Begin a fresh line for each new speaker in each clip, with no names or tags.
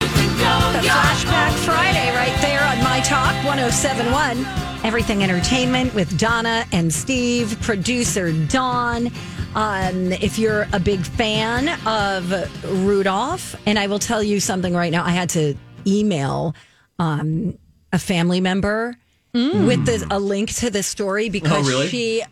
The Flashback Friday right there on My Talk 1071. Everything Entertainment with Donna and Steve, producer Dawn. Um, if you're a big fan of Rudolph, and I will tell you something right now, I had to email um, a family member
Mm.
with this, a link to this
Oh,
story because she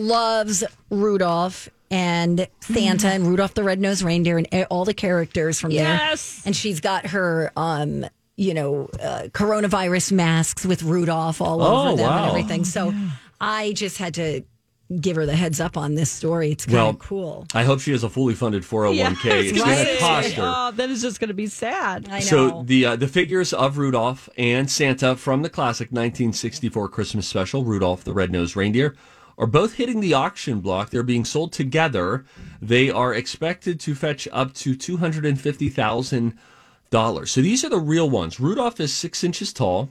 loves Rudolph and Santa
Mm.
and Rudolph the Red-Nosed Reindeer and a- all the characters from there. And she's got her, um, you know, uh, coronavirus masks with Rudolph
Oh,
all over them and everything. So I just had to give her the heads up on this story. It's kind
Well,
of cool.
I hope she has a fully funded 401k. it's going to
right.
cost her.
Oh, that is just going to be sad.
I know.
So the uh, the figures of Rudolph and Santa from the classic 1964 Christmas special Rudolph the Red-Nosed Reindeer are both hitting the auction block. They're being sold together. They are expected to fetch up to two hundred and fifty thousand dollars. So these are the real ones. Rudolph is six inches tall.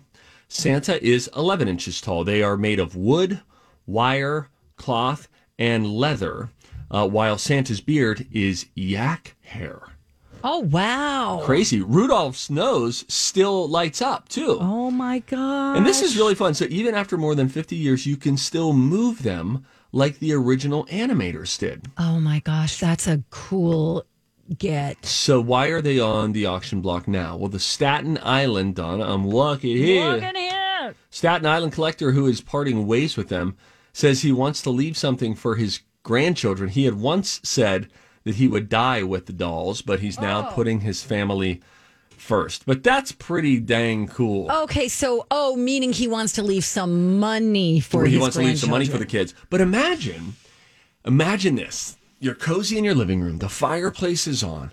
Santa is eleven inches tall. They are made of wood, wire, cloth, and leather. Uh, while Santa's beard is yak hair
oh, wow.
crazy. Rudolph's nose still lights up too.
Oh my god!
And this is really fun. So even after more than 50 years, you can still move them like the original animators did.
Oh, my gosh. That's a cool get.
So why are they on the auction block now? Well, the Staten Island, Donna, I'm lucky here. Staten Island collector who is parting ways with them says he wants to leave something for his grandchildren. He had once said that he would die with the dolls, but he's now
Oh.
putting his family first. But that's pretty dang cool.
Okay, so oh, meaning he wants to leave some money for
where he
his
wants to leave some money for the
grandchildren.
kids. But imagine, imagine this: you're cozy in your living room, the fireplace is on,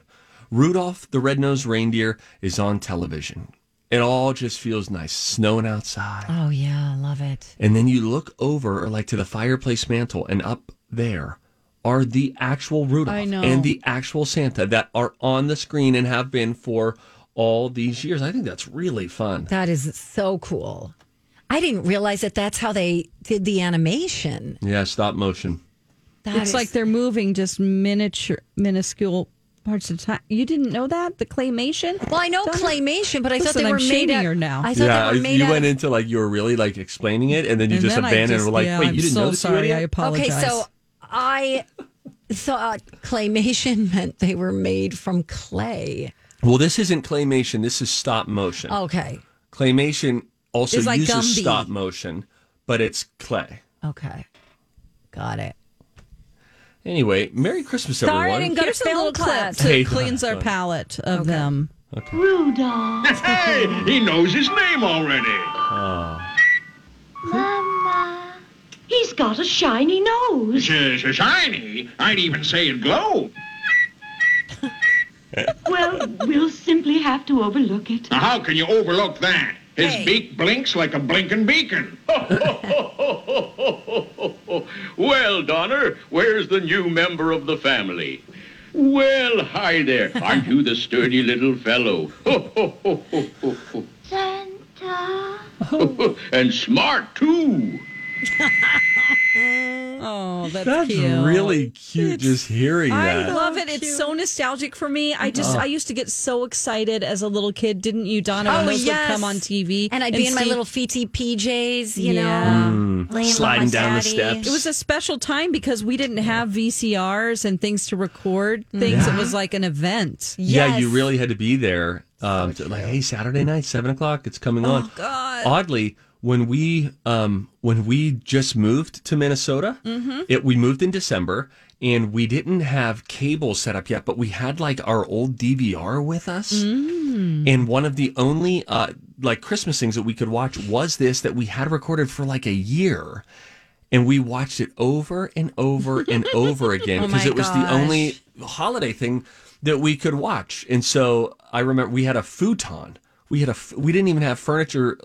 Rudolph the Red-Nosed Reindeer is on television. It all just feels nice, snowing outside,
Oh yeah, I love it.
and then you look over, like to the fireplace mantle, and up there are the actual Rudolph
I know.
and the actual Santa that are on the screen and have been for all these years. I think that's really fun.
That is so cool. I didn't realize that that's how they did the animation.
yeah, stop motion.
That
it's
is-
like they're moving just miniature, minuscule parts of time. You didn't know that the claymation.
well, I know
Donna?
claymation, but I thought
Listen,
they were
I'm
made
shading
out.
her now.
I thought
yeah,
they
I-
were made
you
out.
went into like you were really like explaining it, and then you
And
just
then I
abandoned. and
just-
were like,
yeah,
wait,
I'm
you didn't
so
know this, you
sorry. I
idiot?
apologize.
okay, so I thought claymation meant they were made from clay.
Well, this isn't claymation. This is stop motion.
Okay,
Claymation also
Oh. It's like
uses
Gumby.
stop motion, but it's clay.
okay, got it.
Anyway, Merry Christmas,
Sorry, I
everyone.
didn't go to
Here's a little
film
clip
class.
to
Hey.
cleanse our palate of them.
Hey, he knows his name already.
Mama. He's got a shiny nose.
Sh- sh- uh, Shiny. I'd even say it glow.
Well, we'll simply have to overlook it.
Now, how can you overlook that? His
Hey.
beak blinks like a blinking beacon. well, Donner, where's the new member of the family? Well, hi there. Aren't you the sturdy little fellow?
Santa.
and smart, too.
Oh, that's,
That's
cute.
really cute just hearing
I
that.
love it. It's so nostalgic for me. I just
Uh.
I used to get so excited as a little kid, didn't you, Donna? when
Oh,
those
yes.
would come on TV,
And I'd be in my
see-
little feety PJs, you
Yeah.
know,
Mm.
laying with
Sliding
my
down the
daddy.
steps.
It was a special time because we didn't have VCRs and things to record things. It was like an event.
Yeah, you
Yes.
really had to be there. Um, to, like, hey, Saturday night, seven o'clock, it's coming on.
God.
Oddly, when we um, when we just moved to Minnesota, it, we moved in December, and we didn't have cable set up yet, but we had like our old DVR with us, and one of the only uh, like Christmas things that we could watch was this that we had recorded for like a year. And we watched it over and over and over again because
Oh my
it was the
gosh.
only holiday thing that we could watch. And so I remember we had a futon. We had a f- we didn't even have furniture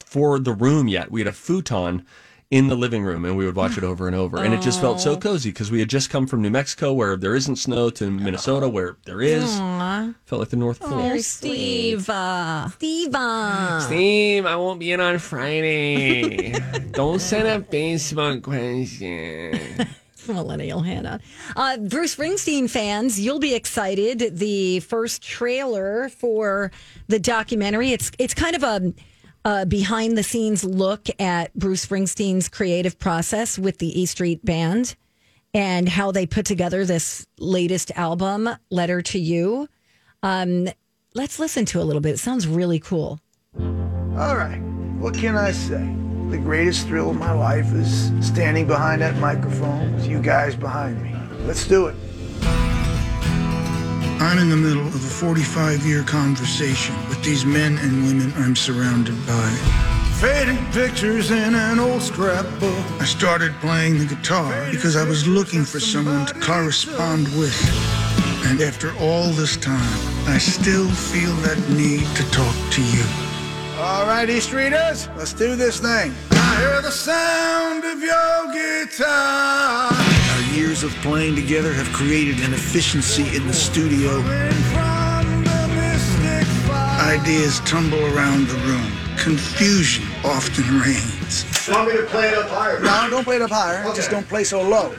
for the room yet. We had a futon in the living room and we would watch it over and over. And it just felt so cozy because we had just come from New Mexico where there isn't snow to Minnesota where there is. Felt like the North Pole.
Steve, uh,
Diva.
Steve, I won't be in on Friday. Don't send a basement question.
Millennial Hannah. Uh, Bruce Springsteen fans, you'll be excited. The first trailer for the documentary. It's it's kind of a, a behind the scenes look at Bruce Springsteen's creative process with the E Street Band and how they put together this latest album, Letter to You. Um, let's listen to a little bit. It sounds really cool.
All right. What can I say? The greatest thrill of my life is standing behind that microphone with you guys behind me. Let's do it. I'm in the middle of a 45 year conversation with these men and women I'm surrounded by. Fading pictures in an old scrapbook. I started playing the guitar because I was looking for someone to correspond with. And after all this time, I still feel that need to talk to you. All right, East Readers, let's do this thing. I hear the sound of your guitar.
Our years of playing together have created an efficiency in the studio.
Ideas tumble around the room. Confusion often reigns.
Want me to play it up higher?
No, don't play it up higher. Just don't play so low.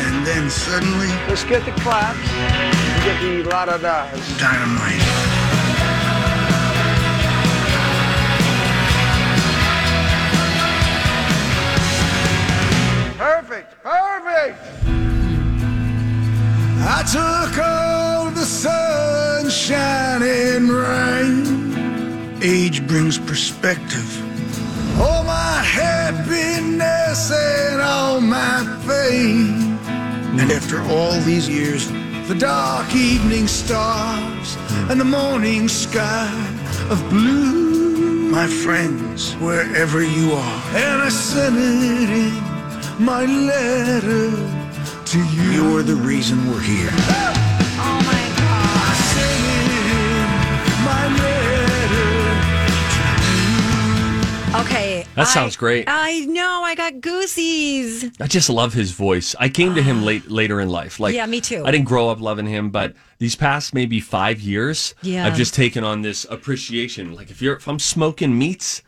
And then suddenly,
Let's get the claps. Get the la da da's.
dynamite.
Perfect, perfect. I took all the sunshine and rain.
Age brings perspective.
All Oh, my happiness and all my pain.
And after all these years,
The dark evening stars and the morning sky of blue.
my friends, wherever you are,
And I sent it in my letter to you.
you're the reason we're here.
I sent it in my letter.
Okay.
That
I-
sounds great.
I know. I got goosies.
I just love his voice. I came to him late later in life. Like
Yeah, me too.
I didn't grow up loving him, but these past maybe five years,
Yeah.
I've just taken on this appreciation. Like if you're if I'm smoking meats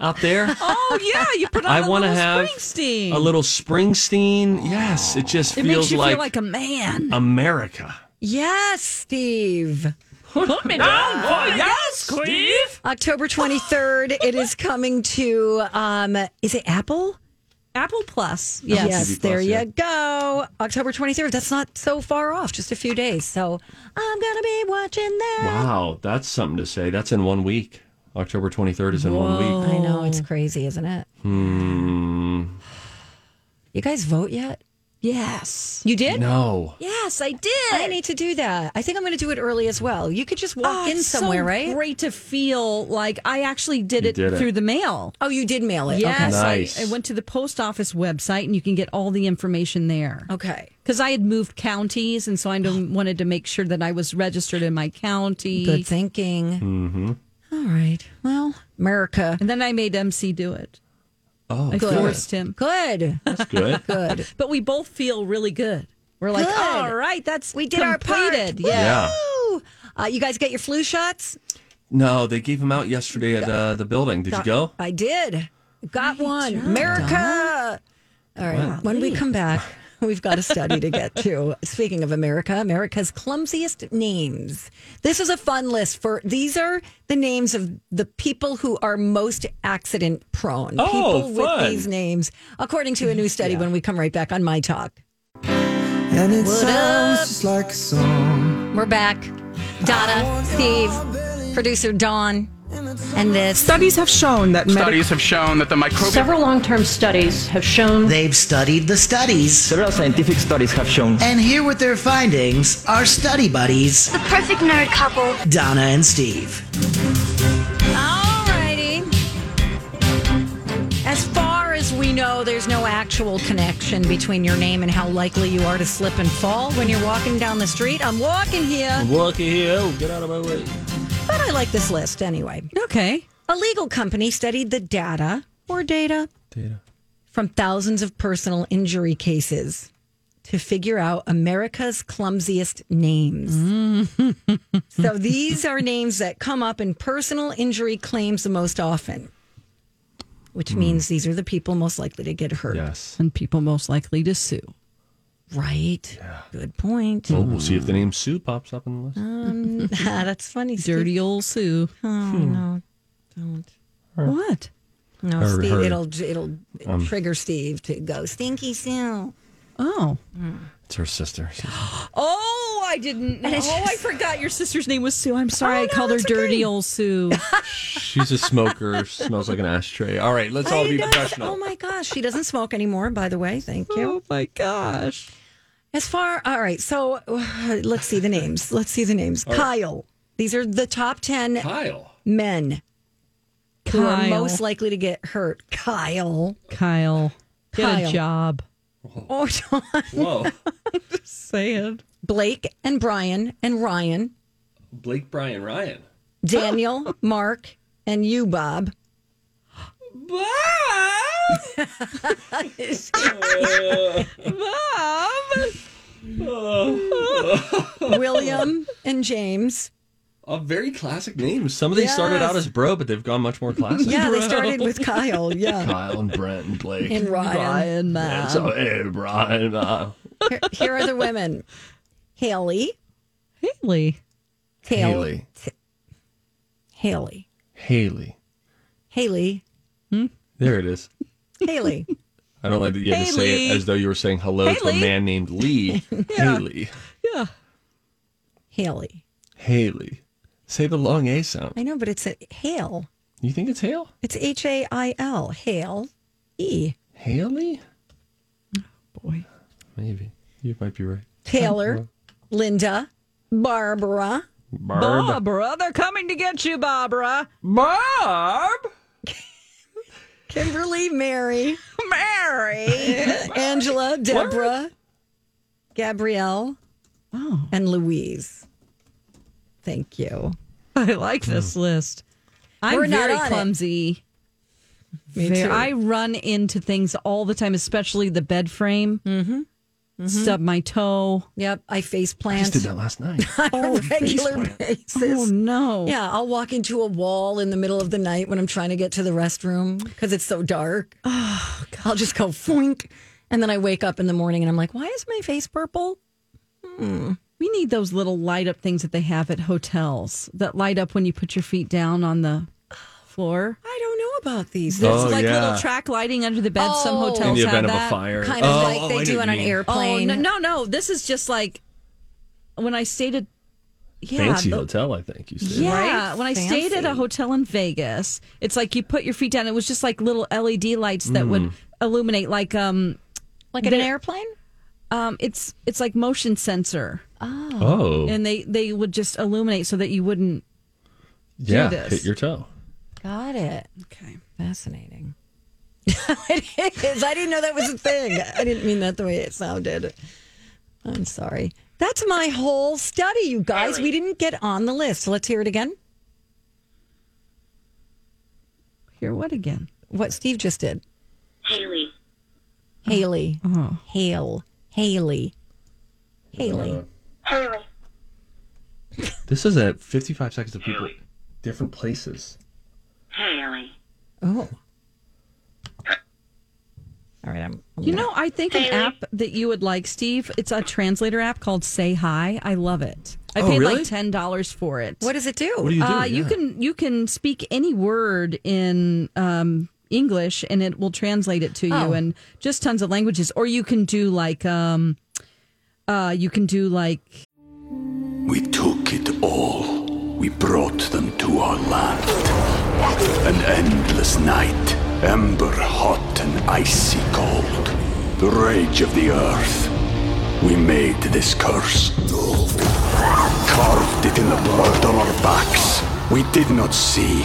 out there,
oh yeah, you put on
I
a
want to
little
have
Springsteen.
a little Springsteen. Yes, it just
It
feels
makes you
like,
feel like a man.
America.
Yes, Steve.
Put me down, boy. Oh, Yes, Steve.
October 23rd, it is coming to, um, is it Apple?
Apple Plus. Yes.
TV+,
there
yeah.
you go. October 23rd. That's not so far off, just a few days. So I'm going to be watching that.
Wow, that's something to say. That's in one week. October 23rd is in one week.
I know, it's crazy, isn't it? You guys vote yet?
Yes.
You did?
No.
Yes, I did.
I need to do that. I think I'm going to do it early as well. You could just walk
Oh,
in
it's so
somewhere, right?
Great to feel like I actually did,
You
it,
did it.
through the mail.
Oh, you did mail it.
Yes,
Nice.
I, I went to the post office website, and you can get all the information there.
Okay. Oh, Okay.
Because I had moved counties, and so I don't- wanted to make sure that I was registered in my county.
Good thinking. Mm-hmm. right. Well, America.
And then I made MC do it.
Oh,
I
good.
forced him.
Good.
That's good.
Good.
But we both feel really good. We're like,
Good.
all right, that's
We did our part.
completed.
Yeah.
Woo! Uh, you guys get your flu shots?
No, they gave them out yesterday at uh, the building. Did you go?
I did. Got one. America. All right.
Wow.
When we come back, we've got a study to get to. Speaking of America, America's clumsiest names. This is a fun list for these are the names of the people who are most accident prone.
Oh, fun.
people with these names, according to a new study, when we come right back on My Talk.
And it
What
sounds
up?
just like a song.
We're back. Donna, Steve, producer Dawn, and this. Studies have shown that
Studies have shown that the microbial.
Several long term studies have shown. They've studied the studies. Several scientific studies have shown. And here with their findings are study buddies. The perfect nerd couple. Donna and Steve.
Alrighty. As far as we know, there's no actual connection between your name and how likely you are to slip and fall when you're walking down the street. I'm walking here,
Lucky you. Get out of my way.
but I like this list anyway. Okay. A legal company studied the data or data
Data.
from thousands of personal injury cases to figure out America's clumsiest names.
Mm.
so these are names that come up in personal injury claims the most often, which
Mm.
means these are the people most likely to get hurt.
Yes.
And people most likely to sue.
Right. Good point.
Oh, Well, we'll see if the name Sue pops up in the list.
Um, that's funny. Steve.
Dirty old Sue.
Oh, no, don't.
What?
No,
Her-
Steve,
her-
it'll it'll
Um,
trigger Steve to go stinky Sue.
Oh.
It's her sister.
Oh, I didn't.
And it's
oh, I
just-
forgot your sister's name was Sue. I'm sorry.
Oh,
I
no,
called her
that's okay.
Dirty
Oh,
Old Sue.
She's a smoker. smells like an ashtray. All right, let's all
I
be
know.
professional.
Oh my gosh, she doesn't smoke anymore, by the way. Thank you.
Oh my gosh.
As far, all right, so uh, let's see the names. Let's see the names.
All right.
Kyle. These are the top 10
Kyle.
men who are
Kyle.
most likely to get hurt. Kyle.
Kyle, get
Kyle.
a job.
Or
Whoa.
Saying.
Blake and Brian and Ryan,
Blake, Brian, Ryan.
Daniel, Mark, and you, Bob.
Bob.
William and James.
A very classic name. Some of these started
Yes.
out as bro, but they've gone much more classic.
Yeah, they started with Kyle. Yeah.
Kyle and Brent and Blake.
And Ryan.
Ryan,
And so, hey, Brian. Uh,
Here, here are the women Haley.
Haley.
Tail-
Haley.
Haley.
Haley.
Haley.
There it is.
Haley.
I don't like that you had to say
Haley.
it as though you were saying hello to
Haley.
a man named Lee. Haley.
Yeah.
Haley.
Haley. Say the long A sound.
I know, but it's a hail.
You think it's Hale?
It's H A I L. Hail. E.
Haley?
Boy.
Maybe. You might be right.
Taylor. Linda. Barbara.
Barb.
Barbara, they're coming to get you, Barbara.
Barb.
Kimberly. Mary.
Mary.
Angela. Deborah. Gabrielle.
Oh.
And Louise. Thank you.
I like this list. I'm
We're not
very
on it.
clumsy.
Me
Very-
too.
I run into things all the time, especially the bed frame. Mm-hmm. Stub my toe.
Yep. I
I
face
just
plant.
did that last night.
on a regular
Oh
basis.
no!
Yeah, I'll walk into a wall in the middle of the night when I'm trying to get to the restroom because it's so dark.
Oh,
I'll just go foink. And then I wake up in the morning and I'm like, why is my face purple?
We need those little light up things that they have at hotels that light up when you put your feet down on the floor.
I don't know about these.
There's
Oh,
like
yeah.
little track lighting under the bed. Some
Oh. In the
hotels have that.
Kind
Oh,
of like they do on an airplane.
Oh no, no, no! This is just like when I stayed at yeah,
Fancy
the-
hotel, I think you said.
yeah.
Right?
When I stayed at a
Fancy.
hotel in Vegas, it's like you put your feet down. It was just like little LED lights that
Mm.
would illuminate, like um,
Like in an airplane?
um, it's it's like motion sensor,
Oh,
and they they would just illuminate so that you wouldn't.
yeah.
this.
Hit your toe.
Got it.
Okay.
Fascinating. it is. I didn't know that was a thing. I didn't mean that the way it sounded. I'm sorry. That's my whole study, you guys. We didn't get on the list. So let's hear it again.
Hear what again?
What Steve just did.
Haley.
Haley.
Oh.
Hale. Haley. Haley.
Haley.
This is at 55 seconds of people. different places.
Haley.
Oh.
All right, I'm.
You know, I think an app that you would like, Steve, it's a translator app called Say Hi. I love it. I
Oh,
paid
really?
like ten dollars for it.
What does it do? What do you do?
Uh, you
Yeah.
can you can speak any word in um, English and it will translate it to
Oh.
you in just tons of languages. Or you can do like um uh you can do like
We took it all. We brought them to our land. An endless night, ember hot and icy cold. The rage of the earth. We made this curse. Carved it in the blood on our backs. We did not see.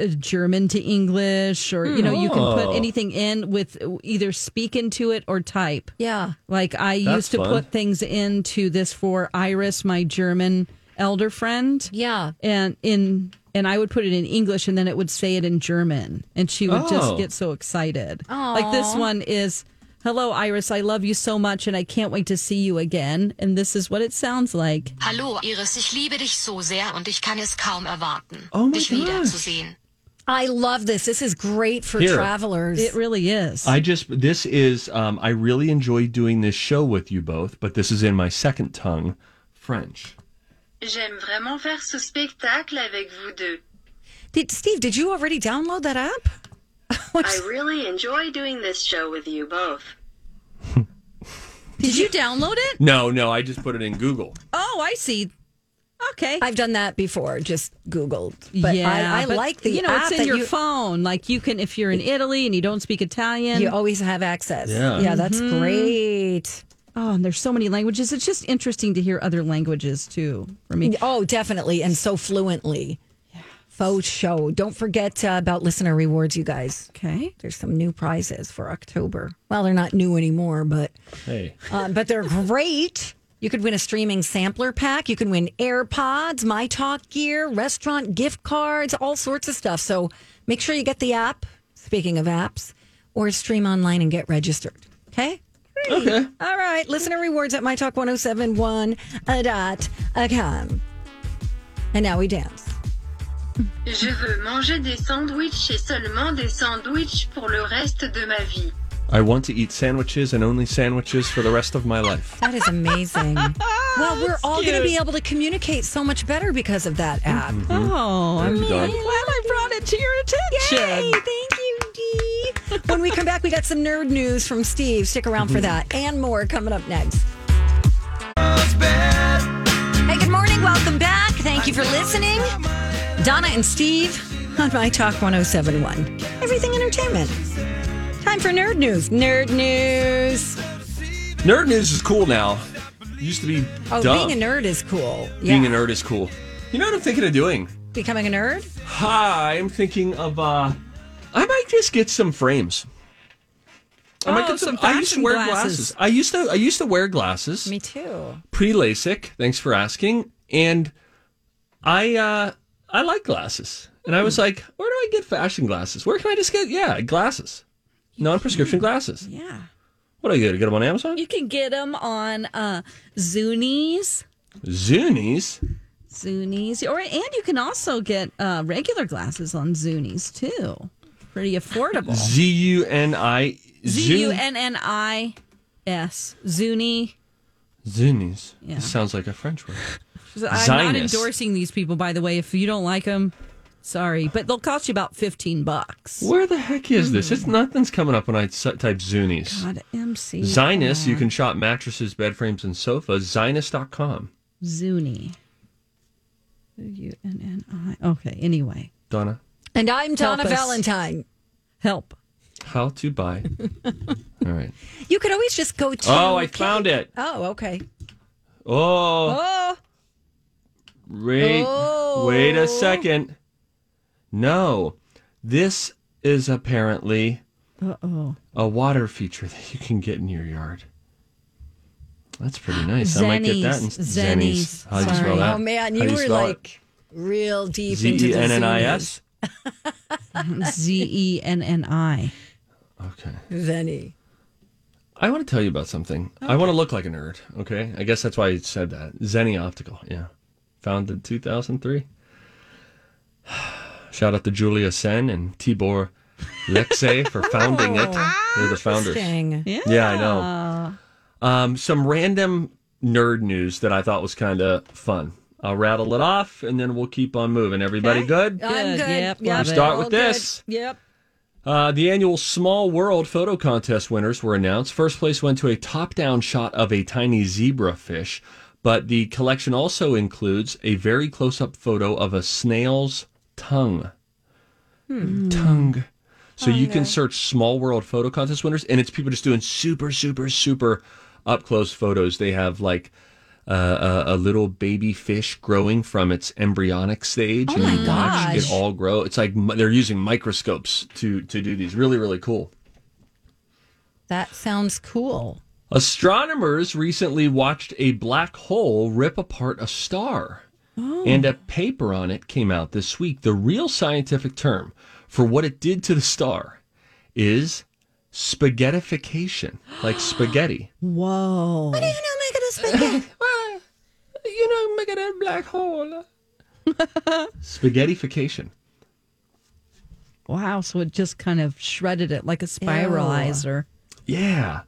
uh, German to English, or you know, you can
Oh.
put anything in with either speak into it or type.
Yeah.
Like I
That's
used to
fun.
put things into this for Iris, my German elder friend.
Yeah.
And in and I would put it in English and then it would say it in German and she would
Oh.
just get so excited.
Aw.
Like this one is Hello Iris, I love you so much and I can't wait to see you again and this is what it sounds like.
Hallo Iris, ich liebe dich so sehr und ich kann es kaum erwarten,
Oh my
dich
gosh.
wiederzusehen.
I love this. This is great for
Here.
travelers.
It really is.
I just this is um, I really enjoy doing this show with you both, but this is in my second tongue, French.
J'aime vraiment faire ce spectacle avec vous deux.
Did Steve, did you already download that app?
I really enjoy doing this show with you both.
Did you download it?
No, no, I just put it in Google.
Oh, I see. Okay.
I've done that before, just Googled. But I, I
but,
like the
you know
app
it's in
that
your
you,
phone. Like you can if you're in Italy and you don't speak Italian,
you always have access.
Yeah.
that's
Mhm.
great.
Oh, and there's so many languages. It's just interesting to hear other languages too. For me,
Oh, definitely. And so fluently. Faux show. Don't forget uh, about listener rewards, you guys.
Okay.
There's some new prizes for October. Well, they're not new anymore, but
Hey.
um, but they're great. You could win a streaming sampler pack. You can win AirPods, My Talk gear, restaurant gift cards, all sorts of stuff. So make sure you get the app. Speaking of apps, or stream online and get registered. Okay. Okay. All right. Listener rewards at mytalk1071.com. And now we dance.
Je veux manger des sandwichs et seulement des sandwichs pour le reste de ma vie.
I want to eat sandwiches and only sandwiches for the rest of my life.
That is amazing. well, we're
That's
all going to
cute.
be able to communicate so much better because of that app.
Oh,
Thank
I'm
you,
glad
Dawn.
I brought it to your attention.
Yay! Thank you, Dee. when we come back, we got some nerd news from Steve. Stick around for that and more coming up next. Hey, good morning. Welcome back. Thank you for listening. Donna and Steve on My Talk 1071. Everything entertainment. Time for nerd news. Nerd news.
Nerd news is cool now. Used to be
Oh,
dumb.
being a nerd is cool. Yeah.
Being a nerd is cool. You know what I'm thinking of doing?
Becoming a nerd?
Hi, I'm thinking of uh I might just get some frames. I might
Oh,
get some,
some
I used to
fashion
wear
glasses.
glasses. I used to I used to wear glasses.
Me too.
Pre LASIK, thanks for asking. And I uh I like glasses. And I was
Hmm.
like, where do I get fashion glasses? Where can I just get yeah, glasses. Non prescription
Hmm.
glasses.
Yeah.
What do I get? Get them on Amazon?
You can get them on uh, Zunies,
Zunies.
Zunies, or and you can also get uh, regular glasses on Zunies too. Pretty affordable.
Z U N I
Z U N N I S Zuni.
Zunies.
Yeah.
This sounds like a French word.
I'm not
Zionist.
endorsing these people, by the way. If you don't like them, sorry, but they'll cost you about fifteen bucks.
Where the heck is this? It's nothing's coming up when I s- type Zunies.
Hmm. God, MC
Zinus, you can shop mattresses, bed frames, and sofas. Zinus.com.
Zuni. U N N I. Okay. Anyway,
Donna.
And I'm
Help
Donna
us.
Valentine.
help.
How to buy. All right.
You could always just go to.
Oh, I found it.
Oh, okay.
Oh,
Oh,
wait, wait a second. No, this is apparently
Uh oh.
a water feature that you can get in your yard. That's pretty nice. I might get that. In-
Zennies.
How do you
Sorry.
spell that?
Oh man,
How do
you, were
spell it?
like real deep
Z
into
E
the
N N I S.
Z E N N I.
Okay.
Zenny.
I want to tell you about something. I want to look like a nerd. Okay. I guess that's why I said that. Zenny Optical. Yeah. Founded in 2003. Shout out to Julia Sen and Tibor Lexe for founding it. They're the founders.
Interesting.
Yeah. I know. Um, some random nerd news that I thought was kind of fun. I'll rattle it off and then we'll keep on moving. Everybody good?
I'm good.
Yep,
Yep,
love it. Start with
all good.
this.
Yep.
Uh, the annual Small World Photo Contest winners were announced. First place went to a top down shot of a tiny zebra fish, but the collection also includes a very close up photo of a snail's tongue. Tongue. So you can search Small World Photo Contest winners, and it's people just doing super, super, super up close photos. They have like uh, a, a little baby fish growing from its embryonic stage, oh and you watch
gosh.
it all grow. It's like mi- they're using microscopes to to do these. Really, really cool.
That sounds cool.
Astronomers recently watched a black hole rip apart a star, and a paper on it came out this week. The real scientific term for what it did to the star is spaghettification, like spaghetti.
Whoa.
What do you know, make it a spaghetti?
you know, make it a black hole. Spaghettification.
Wow. So it just kind of shredded it like a spiralizer.
Yeah.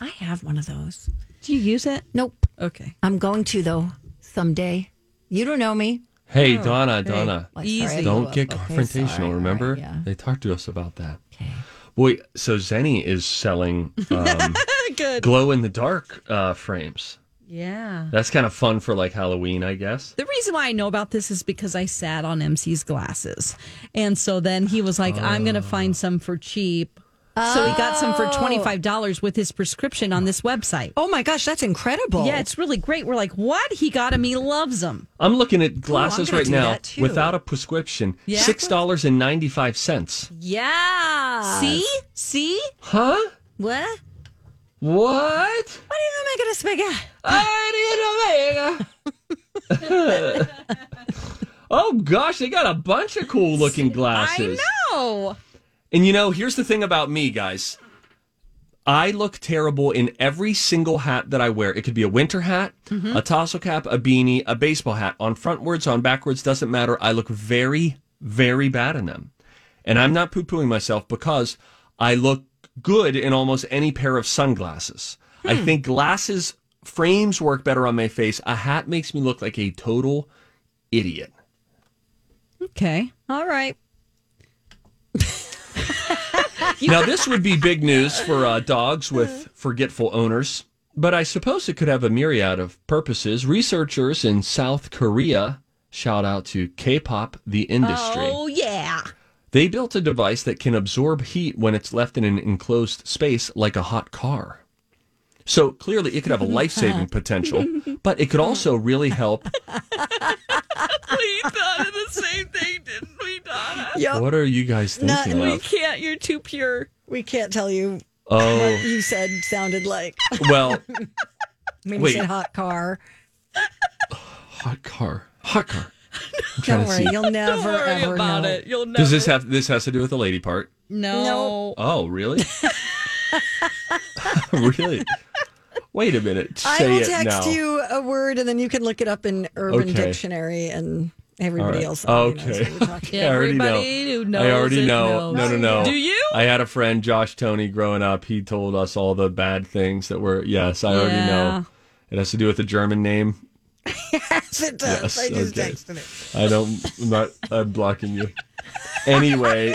I have one of those.
Do you use it?
Nope.
Okay.
I'm going to though someday. You don't know me.
Hey, Donna, Donna.
Well, sorry, I blew
Don't
up.
get
Okay,
confrontational,
sorry. All right,
remember?
yeah.
They talked to us about that. Okay. Boy, so Zenny is selling um,
Good.
glow in the dark uh, frames.
Yeah.
That's kind of fun for like Halloween, I guess.
The reason why I know about this is because I sat on MC's glasses. And so then he was like, I'm
Oh.
going to find some for cheap. So he got some for $25 with his prescription on this website.
Oh my gosh, that's incredible.
Yeah, it's really great. We're like, what? He got him. He loves them.
I'm looking at glasses
gonna
right
do
now
that too.
without a prescription.
Yeah.
$6.95.
Yeah.
See?
See?
Huh?
What?
What?
Why do you know make it a spaghetti?
Oh gosh, they got a bunch of cool looking glasses.
Oh.
And you know, here's the thing about me, guys. I look terrible in every single hat that I wear. It could be a winter hat, a tassel cap, a beanie, a baseball hat. On frontwards, on backwards, doesn't matter. I look very, very bad in them. And I'm not poo pooing myself because I look good in almost any pair of sunglasses. I think glasses frames work better on my face. A hat makes me look like a total idiot.
Okay.
All right.
Now, this would be big news for uh, dogs with forgetful owners, but I suppose it could have a myriad of purposes. Researchers in South Korea, shout out to K pop, the industry,
Oh, yeah.
they built a device that can absorb heat when it's left in an enclosed space like a hot car. So clearly, it could have a life saving potential, but it could also really help.
We thought of the same thing, didn't we, Donna?
Yep.
What are you guys
Not-
thinking
we
of?
Can't. You're too pure.
We can't tell you what
Oh,
you said sounded like.
well,
I mean,
Wait.
you said hot car.
hot car. Hot car. I'm trying
Don't
to
worry,
see.
you'll never ever know.
You'll never.
Does this have this has to do with the lady part?
No.
No.
Oh, really? really? Wait a minute.
I
Say
will
it
text
now.
you a word, and then you can look it up in Urban
Okay.
Dictionary, and everybody
All right.
else. already knows
Okay.
what we're talking
I already
Everybody
know.
who knows
I already
it
know.
knows.
No, no, no.
Do you?
I had a friend, Josh Tony, growing up. He told us all the bad things that were. Yes, I already
Yeah.
know. It has to do with the German name.
Yes, it does.
Yes,
I just
okay.
texted it.
I don't. I'm not. I'm blocking you. Anyway,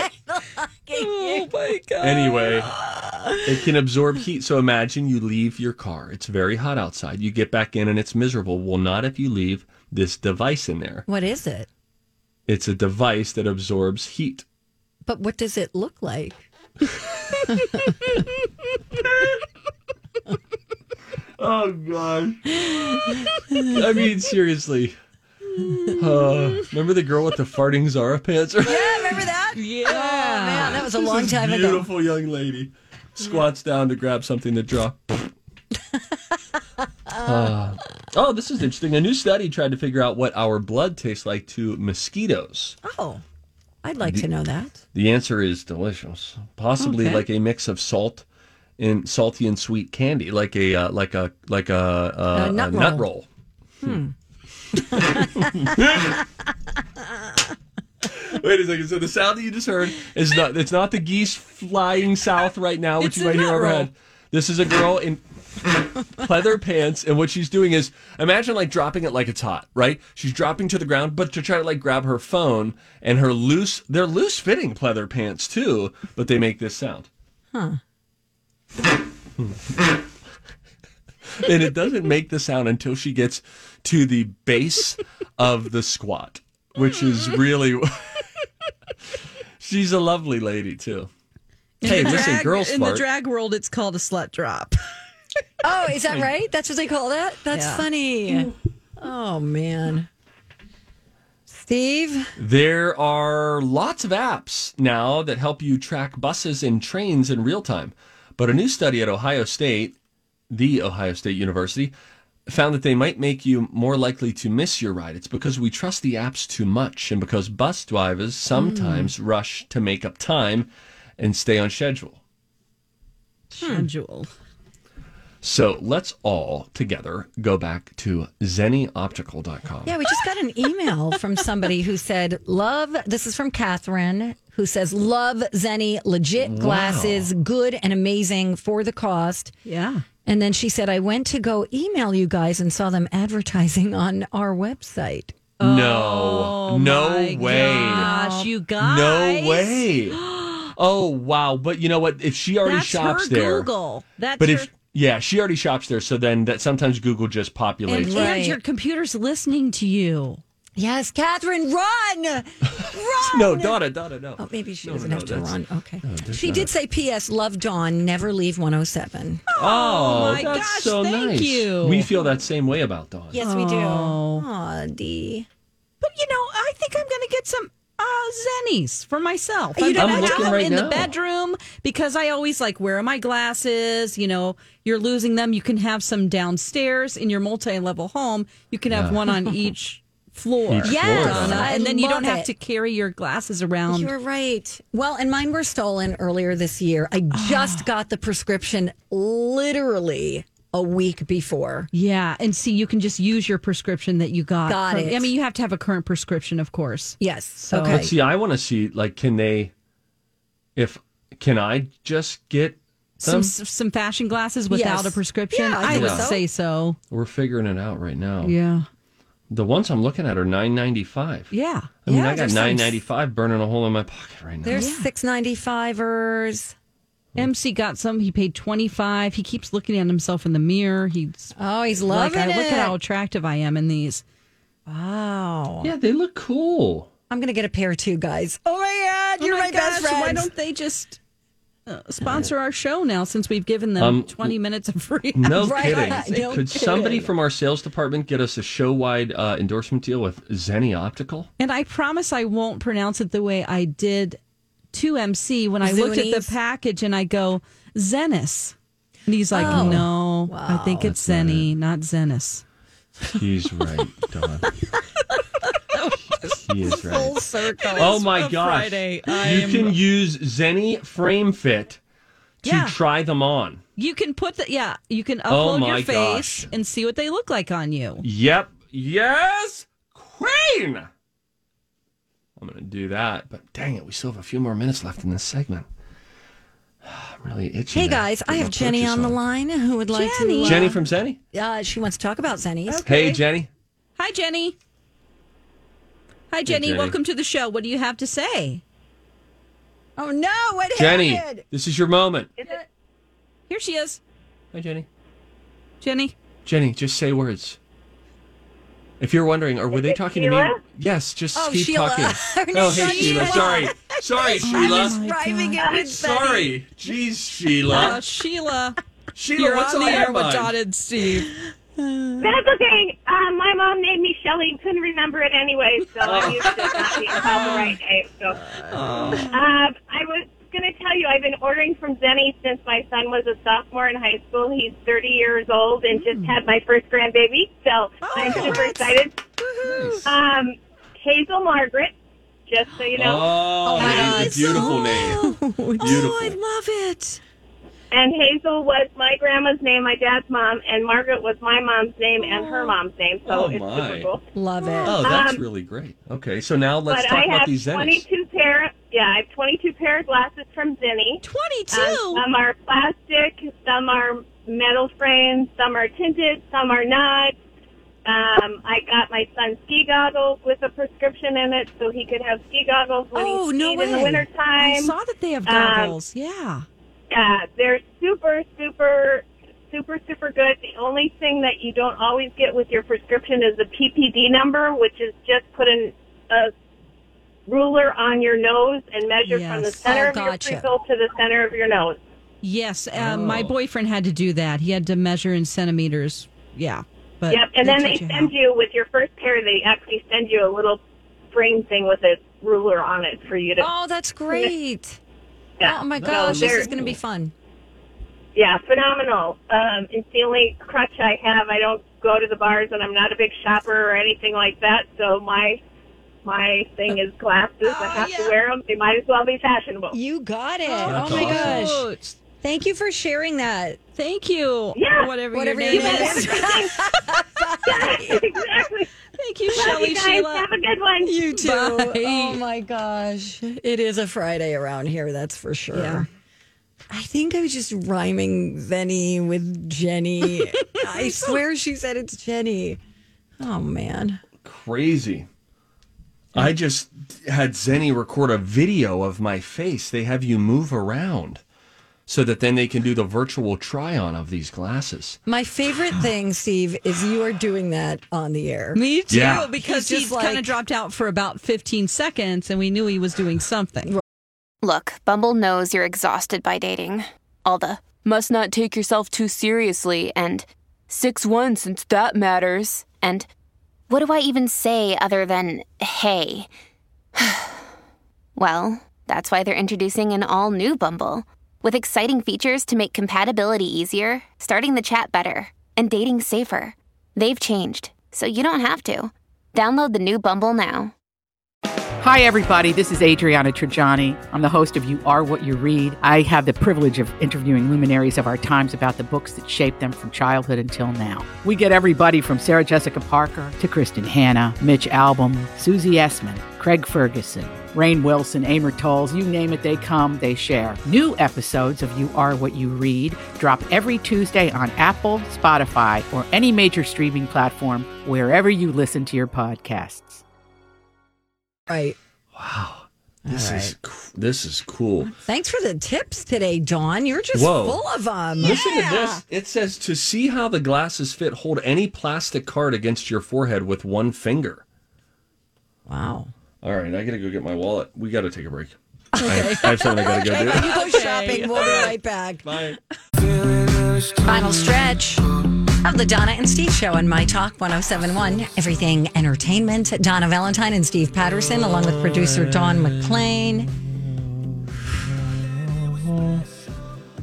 Oh, my God.
anyway, it can absorb heat. So imagine you leave your car. It's very hot outside. You get back in and it's miserable. Well, not if you leave this device in there.
What is it?
It's a device that absorbs heat.
But what does it look like?
oh god. I mean, seriously. Uh, remember the girl with the farting Zara pants?
Yeah, remember that? Yeah. Oh, man, that was a
This
long
is
time ago.
Beautiful young lady squats down to grab something to draw. Uh, oh, this is interesting. A new study tried to figure out what our blood tastes like to mosquitoes.
Oh, I'd like to know that.
The answer is delicious, possibly
Okay.
like a mix of salt and salty and sweet candy, like a uh, like a like a, uh,
A nut
a nut
roll.
roll.
Hmm.
Wait a second. So the sound that you just heard is not it's not the geese flying south right now, which
It's
you
a
might hear
nut
overhead.
roll.
This is a girl in pleather pants, and what she's doing is imagine like dropping it like it's hot, right? She's dropping to the ground, but to try to like grab her phone and her loose they're loose fitting pleather pants too, but they make this sound.
Huh.
and it doesn't make the sound until she gets to the base of the squat, which is really. She's a lovely lady too.
In
hey,
the
listen,
drag-
girls
in
fart.
the drag world, it's called a slut drop.
Oh, is that right? That's what they call that? That's
Yeah.
funny. Oh, man. Steve?
there are lots of apps now that help you track buses and trains in real time. But a new study at Ohio State, the Ohio State University, found that they might make you more likely to miss your ride. It's because we trust the apps too much and because bus drivers sometimes rush to make up time and stay on schedule.
Hmm.
Schedule.
So let's all together go back to zennyoptical.com.
Yeah, we just got an email from somebody who said, Love, this is from Catherine, who says, Love Zenny, legit glasses, good and amazing for the cost.
Yeah.
And then she said, I went to go email you guys and saw them advertising on our website.
No, no way.
Gosh, you guys.
No way. Oh, wow. But you know what? If she already
That's
shops
her
there.
Google. That's
but
her.
if, yeah, she already shops there. So then that sometimes Google just
and,
populates.
and your computer's listening to you.
Yes, Catherine, run!
No, Donna, Donna, no.
Oh, maybe she
No, no,
doesn't
no,
have to
that's-
run. Okay.
no, there's
she
not.
did say, P.S. Love Dawn, never leave 107.
Oh,
my
that's
gosh,
so
thank
nice.
you.
We feel that same way about Dawn.
Yes, we do.
Oh.
Aw, Dee.
But you know, I think I'm going to get some uh, zennies for myself.
You
I'm
don't
gonna
have
have
to.
them
Right
in
now.
the bedroom because I always like where are my glasses? You know, you're losing them. You can have some downstairs in your multi-level home. You can have
Yeah.
one on each floor.
Each Yes, floor, Donna. I
and then you
love
don't have
it.
to carry your glasses around.
You're right. Um, Ah. Well, and mine were stolen earlier this year. I just got the prescription literally a week before.
yeah, and see, you can just use your prescription that you got.
Got
from-
it.
I mean, you have to have a current prescription, of course.
Yes.
So,
But see, I want to see like, can they? If can I just get
some
them?
some fashion glasses without
Um, Yes.
a prescription.
Yeah, I
I,
think
would
so.
say so.
We're figuring it out right now.
Yeah.
The ones I'm looking at are nine ninety five.
Yeah.
I mean,
Yeah,
I got
there's some-
nine ninety five burning a hole in my pocket right now.
There's 695ers.
MC got some. He paid twenty five. He keeps looking at himself in the mirror. He's
Oh, he's
like,
loving
I look
it.
at how attractive I am in these.
Wow.
Yeah, they look cool.
I'm going to get a pair too, guys. Oh my God,
Oh
you're
my
my, best
gosh,
friend.
Why don't they just uh, sponsor our show now? Since we've given them
Um,
twenty minutes of free.
No
Right.
kidding.
No
Could somebody
kidding.
from our sales department get us a show wide uh, endorsement deal with Zenny Optical?
And I promise I won't pronounce it the way I did to MC when I looked at
Zunies?
the package and I go Zenis, and he's like,
Oh.
"No, I think it's Zenny, not Zenis."
He's right, Don. he is right.
Full circle.
Oh my
Of
gosh.
Friday.
you
I'm-
can use Zenny Frame Fit to
Yeah.
try them on.
You can put the yeah. You can
Oh
upload
my
your face
gosh.
and see what they look like on you.
Yep. Yes, Queen. I'm going to do that, but dang it, we still have a few more minutes left in this segment. I'm really itching.
Hey
to
guys,
get
I
my
have Jenny
purchase
on the line who would like to. uh,
Jenny from Zenny.
Uh, she wants to talk about Zennies.
Hey, Jenny.
Hi, Jenny. Hi, Jenny.
Jenny.
Welcome to the show. What do you have to say?
Oh no! What
Jenny,
happened?
this is your moment.
Here she is.
Hi, Jenny.
Jenny.
Jenny, just say words. If you're wondering, are were they talking to me?
Sheila?
Yes, just
Oh,
keep
Sheila.
talking.
Her
oh,
name's
hey,
not
Sheila.
Sheila.
Sorry. Sorry,
I
Sheila.
was driving it with Betty.
Sorry. Jeez, Sheila.
Oh, Sheila.
Sheila,
You're
what's
on
on
the air
your
with
mind?
Don and Steve.
That's okay. Um, my mom named me Shelly and couldn't remember it anyway, so I used to not being called the right name. So.
Uh.
Um, I was going to tell you, I've been ordering from Zenny since my son was a sophomore in high school. He's 30 years old and
Mm.
just had my first grandbaby, so
Oh,
I'm super excited. Um, Hazel Margaret, just so you know.
Oh, that is a beautiful
Um,
name.
oh,
Beautiful.
I love it. And Hazel was my grandma's name, my dad's mom, and Margaret was my mom's name and her mom's name. So
Oh,
it's
my.
super cool.
Love it.
Oh, that's
Um,
really great. Okay, so now let's
but
talk
I
about
have
these Zennies.
22 pair. Yeah, I have 22 pair of glasses from Zinni. 22. some are plastic, some are metal frames, some are tinted, some are not. Um, I got my son ski goggles with a prescription in it, so he could have ski goggles when
Oh,
he
no
skied in the
way.
wintertime.
I saw that they have
Um,
goggles. yeah.
yeah, they're super, super, super, super good. The only thing that you don't always get with your prescription is the PPD number, which is just put in a ruler on your nose and measure from the
Yes.
center
Oh,
of
gotcha.
your pupil to the center of your nose.
Yes,
Oh.
uh, my boyfriend had to do that. He had to measure in centimeters. Yeah. But
yep, and then they
teach you how.
send you with your first pair. They actually send you a little frame thing with a ruler on it for you to.
Oh, that's great.
Yeah.
Oh my
So
gosh, this
they're-
is going to be fun.
Yeah, phenomenal. Um, it's the only crutch I have. I don't go to the bars, and I'm not a big shopper or anything like that. So my my thing is glasses. I have to wear them. They might as well be fashionable.
You got it.
That's
oh my
awesome.
gosh. Thank you for sharing that.
Thank you.
Yeah.
Or whatever,
Whatever
your
you
name
guys-
is.
exactly.
Thank you,
Love
Shelly,
you guys.
Sheila.
Have
a good one.
You too.
Bye.
Oh my gosh. It is a Friday around here, that's for sure.
Yeah.
I think I was just rhyming Venny with Jenny. I swear she said it's Jenny. Oh man.
Crazy. I just had Zenny record a video of my face. They have you move around so that then they can do the virtual try on of these glasses.
My favorite thing, Steve, is you are doing that on the air.
Me too,
Yeah.
He's
because he
just
kind
like-
of dropped out for about 15 seconds and we knew he was doing something.
Look, Bumble knows you're exhausted by dating. All the must not take yourself too seriously and 6 1 since that matters. And what do I even say other than hey? well, that's why they're introducing an all new Bumble with exciting features to make compatibility easier, starting the chat better, and dating safer. They've changed, so you don't have to. Download the new Bumble now.
Hi, everybody. This is Adriana Trajani. I'm the host of You Are What You Read. I have the privilege of interviewing luminaries of our times about the books that shaped them from childhood until now. We get everybody from Sarah Jessica Parker to Kristen Hanna, Mitch Albom, Susie Essman, Craig Ferguson, Rain Wilson, Amor Tolls, you name it, they come, they share. New episodes of You Are What You Read drop every Tuesday on Apple, Spotify, or any major streaming platform wherever you listen to your podcasts.
Right.
This
All
is cr- this is cool.
Thanks for the tips today, Dawn. You're just
Whoa.
full of them.
Listen to this. It says to see how the glasses fit, hold any plastic card against your forehead with one finger.
Wow.
All right, I got to go get my wallet. We got to take a break. I, I have something I got to go do.
You go shopping. We'll be right back.
Bye.
Final stretch of the Donna and Steve Show on My Talk 1071, Everything Entertainment. Donna Valentine and Steve Patterson, along with producer Dawn McClain.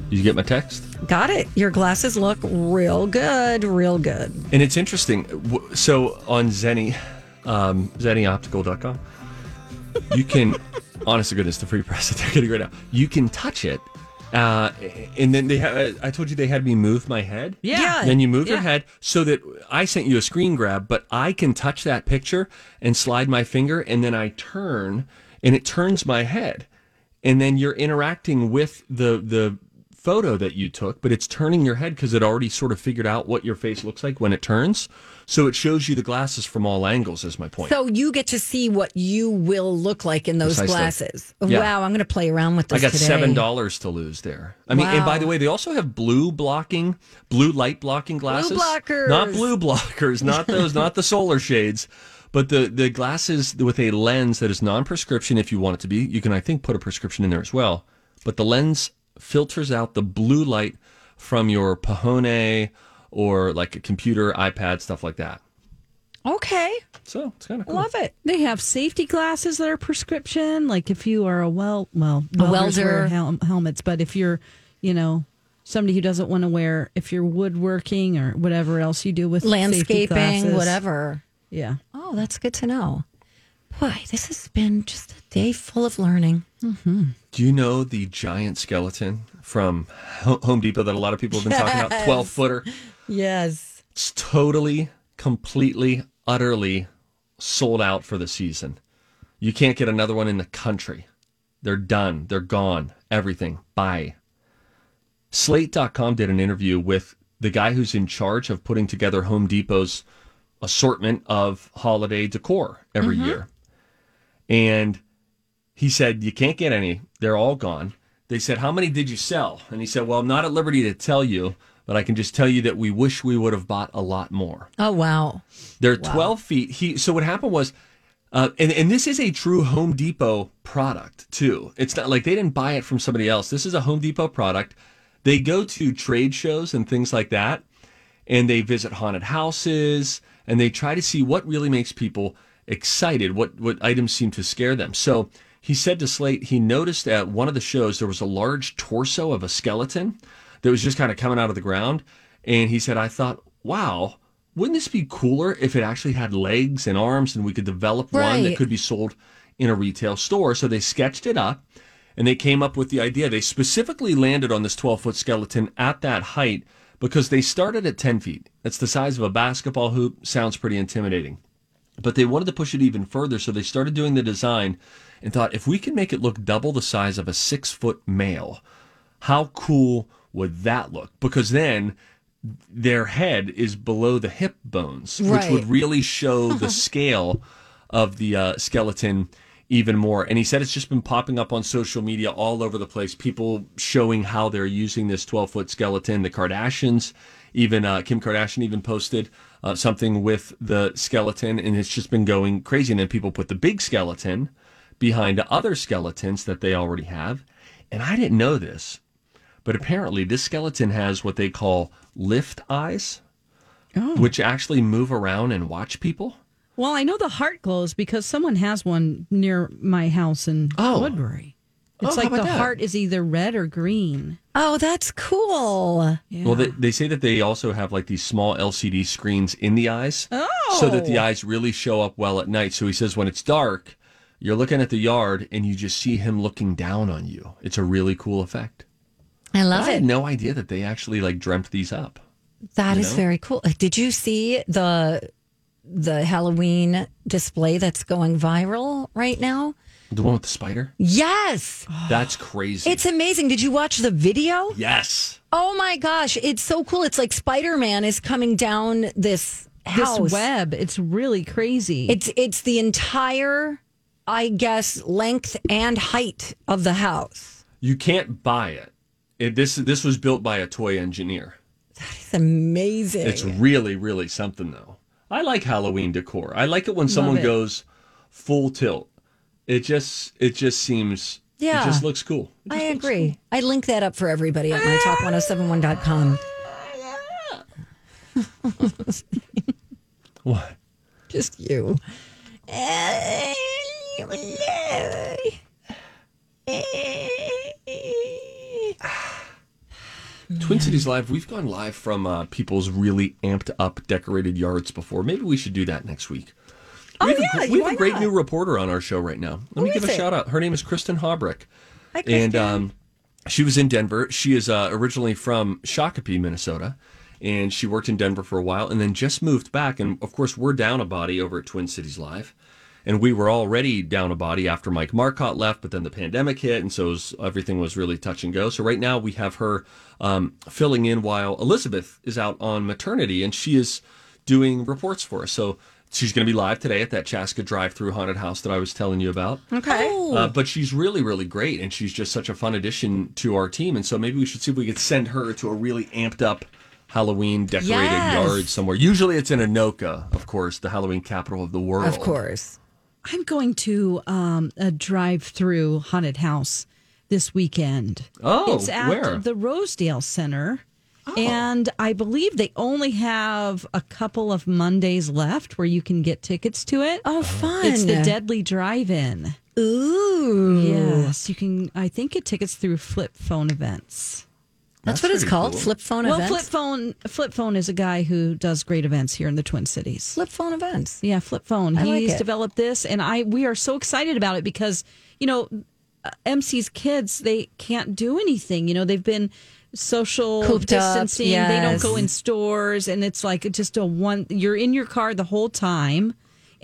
Did you get my text?
Got it. Your glasses look real good, real good.
And it's interesting. w- So on Zenny, um, ZennyOptical.com, you can, honest to goodness, the free press that they're getting right now, you can touch it. Uh, and then they had, I told you they had me move my head.
Yeah. Yeah.
Then you move your
Yeah.
head so that I sent you a screen grab, but I can touch that picture and slide my finger, and then I turn, and it turns my head, and then you're interacting with the the photo that you took, but it's turning your head because it already sort of figured out what your face looks like when it turns, so it shows you the glasses from all angles. Is my point.
So you get to see what you will look like in those
Precisely.
glasses.
Yeah.
Wow, I'm going to play around with
I
this
got
today.
seven dollars to lose there. I mean, and
Wow.
by the way, they also have blue blocking, blue light blocking glasses.
blockers.
not blue blockers, not those, not the solar shades, But the the glasses with a lens that is non-prescription, if you want it to be, you can I think put a prescription in there as well. But the lens filters out the blue light from your pahone or like a computer, iPad, stuff like that.
Okay.
So it's kind of
cool. love it. They have safety glasses that are prescription. Like if you are a well, well,
A
welders
welder.
wear hel- helmets. But if you're, you know, somebody who doesn't want to wear, if you're woodworking or whatever else you do with safety
Landscaping,
glasses.
whatever.
Yeah.
Oh, that's good to know. Boy, this has been just a day full of learning. Mm-hmm.
Do you know the giant skeleton from Ho- Home Depot that a lot of people have been talking about?
Yes.
12 footer.
Yes.
It's totally, completely, utterly sold out for the season. You can't get another one in the country. They're done. They're gone. Everything. Bye. Slate.com did an interview with the guy who's in charge of putting together Home Depot's assortment of holiday decor every year. And he said, You can't get any. They're all gone. They said, How many did you sell? And he said, Well, I'm not at liberty to tell you, but I can just tell you that we wish we would have bought a lot more.
Oh, wow.
They're 12 feet. He so what happened was, uh, and and this is a true Home Depot product too. It's not like they didn't buy it from somebody else. This is a Home Depot product. They go to trade shows and things like that, and they visit haunted houses and they try to see what really makes people excited. What what items seem to scare them. So he said to Slate, he noticed at one of the shows there was a large torso of a skeleton that was just kind of coming out of the ground, and he said, I thought, wow wouldn't this be cooler if it actually had legs and arms and we could develop one
Right.
that could be sold in a retail store? So they sketched it up and they came up with the idea. They specifically landed on this 12 foot skeleton at that height because they started at 10 feet. That's the size of a basketball hoop. Sounds pretty intimidating. But they wanted to push it even further. So they started doing the design and thought if we can make it look double the size of a six foot male, how cool would that look? Because then their head is below the hip bones, which
Right.
would really show the scale of the uh, skeleton even more. And he said it's just been popping up on social media all over the place. People showing how they're using this 12 foot skeleton. The Kardashians, even uh, Kim Kardashian, even posted uh, something with the skeleton, and it's just been going crazy. And then people put the big skeleton behind other skeletons that they already have. And I didn't know this, but apparently this skeleton has what they call lift eyes, which actually move around and watch people.
Well, I know the heart glows because someone has one near my house in Woodbury.
Oh,
It's
how
like
about
the
that?
heart is either red or green.
Oh, that's cool.
Well, they, they say that they also have like these small LCD screens in the eyes so that the eyes really show up well at night. So he says when it's dark, you're looking at the yard and you just see him looking down on you. It's a really cool effect.
I love
I
it.
had no idea that they actually like dreamt these up.
That
you
is
know?
very cool. Did you see the the Halloween display that's going viral right now?
The one with the spider?
Yes.
That's crazy.
It's amazing. Did you watch the video?
yes.
Oh my gosh, it's so cool. It's like Spider-Man is coming down this house.
This web, it's really crazy.
It's it's the entire I guess length and height of the house.
You can't buy it. it this this was built by a toy engineer.
It's amazing.
It's really, really something, though. I like Halloween decor. I like it when
Love
someone
it.
goes full tilt. It just, it just seems,
Yeah.
it just looks cool.
I agree. I link that up for everybody at mytalk1071.com.
What?
Just you.
Twin Cities Live. We've gone live from uh, people's really amped up decorated yards before. Maybe we should do that next week.
Oh,
we have
yeah,
a, we
why
have a great
not?
new reporter on our show right now. Let
Who
me give
is
a
it?
shout out. Her name is Kristen Hobrick.
Hi, Kristen.
and um, she was in Denver. She is uh, originally from Shakopee, Minnesota, and she worked in Denver for a while, and then just moved back. And of course, we're down a body over at Twin Cities Live, and we were already down a body after Mike Marcotte left, but then the pandemic hit, and so it was, everything was really touch and go. So right now we have her um, filling in while Elizabeth is out on maternity, and she is doing reports for us. So. She's going to be live today at that Chaska drive-through haunted house that I was telling you about.
Okay.
Uh, but she's really, really great, and she's just such a fun addition to our team. And so maybe we should see if we could send her to a really amped up Halloween decorated
Yes.
yard somewhere. Usually it's in Anoka, of course, the Halloween capital of the world.
Of course.
I'm going to um, a drive-through haunted house this weekend.
Oh,
it's at
where?
the Rosedale Center,
Oh.
and I believe they only have a couple of Mondays left where you can get tickets to it.
Oh, fun!
It's the Deadly Drive-In.
Ooh.
Yes, you can. I think get tickets through Flip Phone Events.
That's, what it's called. Flip phone
well,
events.
Flip Phone Flip Phone is a guy who does great events here in the Twin Cities.
Flip phone events.
Yeah, Flip Phone.
I like
He's
it.
developed this, and I we are so excited about it because you know uh, MC's kids they can't do anything. You know they've been social
Cooped up,
distancing. They don't go
yes.
in stores, and it's like just a one. You're in your car the whole time.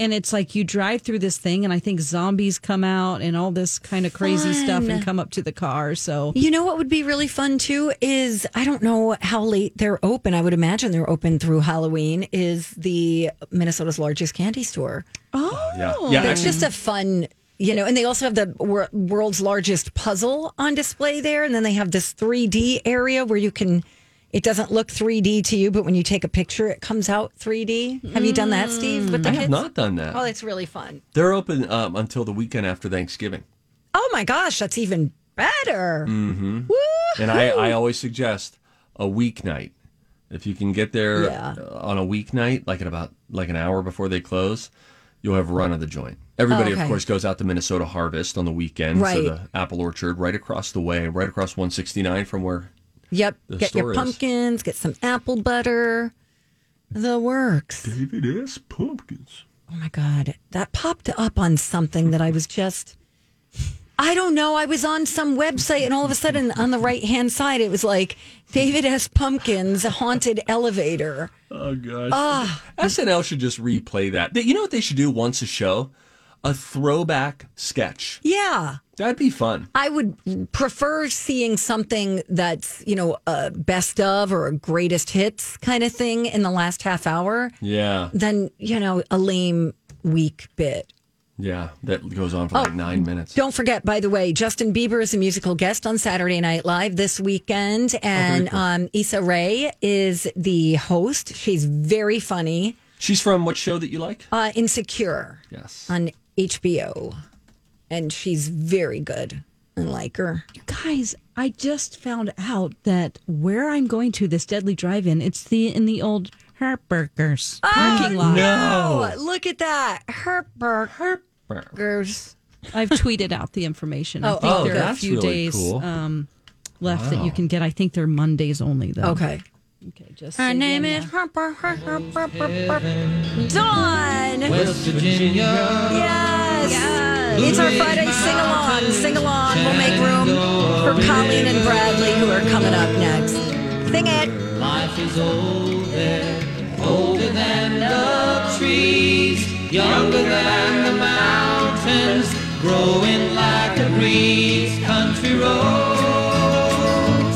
And it's like you drive through this thing, and I think zombies come out and all this kind of crazy stuff
Fun.
and come up to the car. So
You know what would be really fun too is I don't know how late they're open. I would imagine they're open through Halloween. Is the Minnesota's largest candy store?
Oh,
Yeah. Yeah,
That's
actually-
just a fun. You know, and they also have the wor- world's largest puzzle on display there, and then they have this 3D area where you can. It doesn't look 3D to you, but when you take a picture, it comes out 3D. Have you done that, Steve? With the
Mm, I
kids?
have not done that.
Oh, it's really fun.
They're open um, until the weekend after Thanksgiving.
Oh my gosh, that's even better.
Mm-hmm. And I, I always suggest a weeknight. If you can get there
Yeah.
uh, on a weeknight, like at about like an hour before they close, you'll have a run of the joint. Everybody,
okay.
of course, goes out to Minnesota Harvest on the weekend. So
Right.
the apple orchard right across the way, right across 169 from where
Yep.
The
get
store
your
is.
pumpkins, get some apple butter. The works.
David S. Pumpkins.
Oh my God. That popped up on something that I was just, I don't know. I was on some website and all of a sudden on the right hand side, it was like David S. Pumpkins, a haunted elevator.
Oh gosh.
Ah.
SNL should just replay that. They- You know what they should do once a show? A throwback sketch.
Yeah.
That'd be fun.
I would prefer seeing something that's, you know, a best of or a greatest hits kind of thing in the last half hour
Yeah.
than, you know, a lame, weak bit.
Yeah. That goes on for like
Oh,
nine minutes.
Don't forget, by the way, Justin Bieber is a musical guest on Saturday Night Live this weekend, and um, Issa Rae is the host. She's very funny.
She's from what show that you like?
Uh, Insecure
Yes.
on HBO, and she's very good. I like her.
guys, I just found out that where I'm going to this deadly drive-in, it's the in the old Herbergers
Ah,
parking lot.
Oh, look at that, Herper Herpers.
I've tweeted out the information. I
Oh,
think
oh,
there are a
that's
few
really
days
cool.
um, left that
Wow.
you can get. I think they're Mondays only, though.
Okay.
Okay, just
Her
so
name
you
is
know.
Herper Herper Dawn. Yes. It's our Friday sing along. Sing along. We'll make room for Colleen and Bradley, who are coming up next. Sing it.
Life is older, older than the trees, younger than the mountains.